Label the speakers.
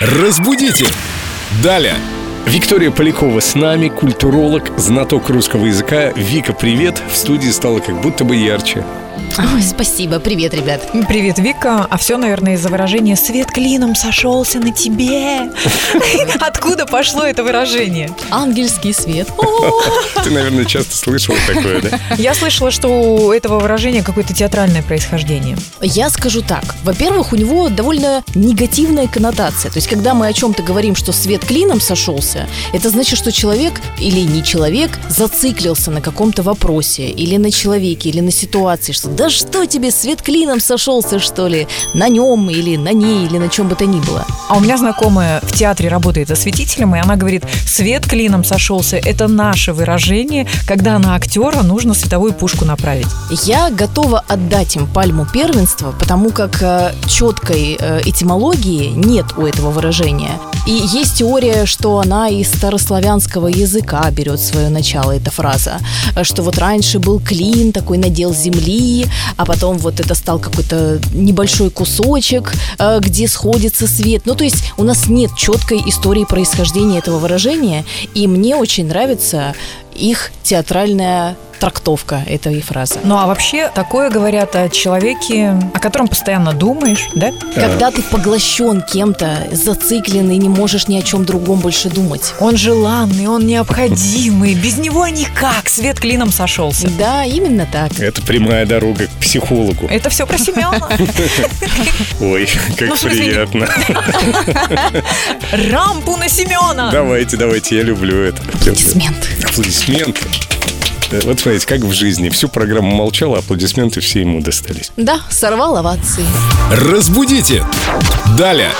Speaker 1: Разбудите! Далее! Виктория Полякова с нами, культуролог, знаток русского языка. Вика, привет! В студии стало как будто бы ярче.
Speaker 2: Ой, спасибо. Привет, ребят.
Speaker 3: Привет, Вика. А все, наверное, из-за выражения «свет клином сошелся на тебе». Откуда пошло это выражение?
Speaker 2: Ангельский свет. О,
Speaker 1: Ты, наверное, часто слышала такое, да?
Speaker 3: Я слышала, что у этого выражения какое-то театральное происхождение.
Speaker 2: Я скажу так. Во-первых, у него довольно негативная коннотация. То есть, когда мы о чем-то говорим, что свет клином сошелся, это значит, что человек или не человек зациклился на каком-то вопросе, или на человеке, или на ситуации, что да что тебе, свет клином сошелся, что ли, на нем, или на ней, или на чем бы то ни было.
Speaker 3: А у меня знакомая в театре работает осветителем, и она говорит, свет клином сошелся. Это наше выражение, когда на актера нужно световую пушку направить.
Speaker 2: Я готова отдать им пальму первенства, потому как э, четкой э, этимологии нет у этого выражения. И есть теория, что она из старославянского языка берет свое начало, эта фраза. Э, Что вот раньше был клин, такой надел земли, а потом вот это стал какой-то небольшой кусочек, э, где сходится свет. Ну, то есть у нас нет четкой истории происхождения этого выражения, и мне очень нравится их театральная трактовка этой фразы.
Speaker 3: Ну а вообще такое говорят о человеке, о котором постоянно думаешь, да?
Speaker 2: Когда ты поглощен кем-то, зациклен и не можешь ни о чем другом больше думать.
Speaker 3: Он желанный, он необходимый, без него никак, свет клином сошелся.
Speaker 2: Да, именно так.
Speaker 1: Это прямая дорога к психологу.
Speaker 3: Это все про Семена.
Speaker 1: Ой,
Speaker 3: Ну,
Speaker 1: как
Speaker 3: в смысле, не-
Speaker 1: приятно.
Speaker 3: Рампу на Семена!
Speaker 1: Давайте, давайте, я люблю это.
Speaker 2: Аплодисменты.
Speaker 1: Аплодисменты. Э, Вот смотрите, как в жизни. Всю программу молчал, а аплодисменты все ему достались.
Speaker 2: Да, сорвал овации.
Speaker 1: Разбудите! Далее!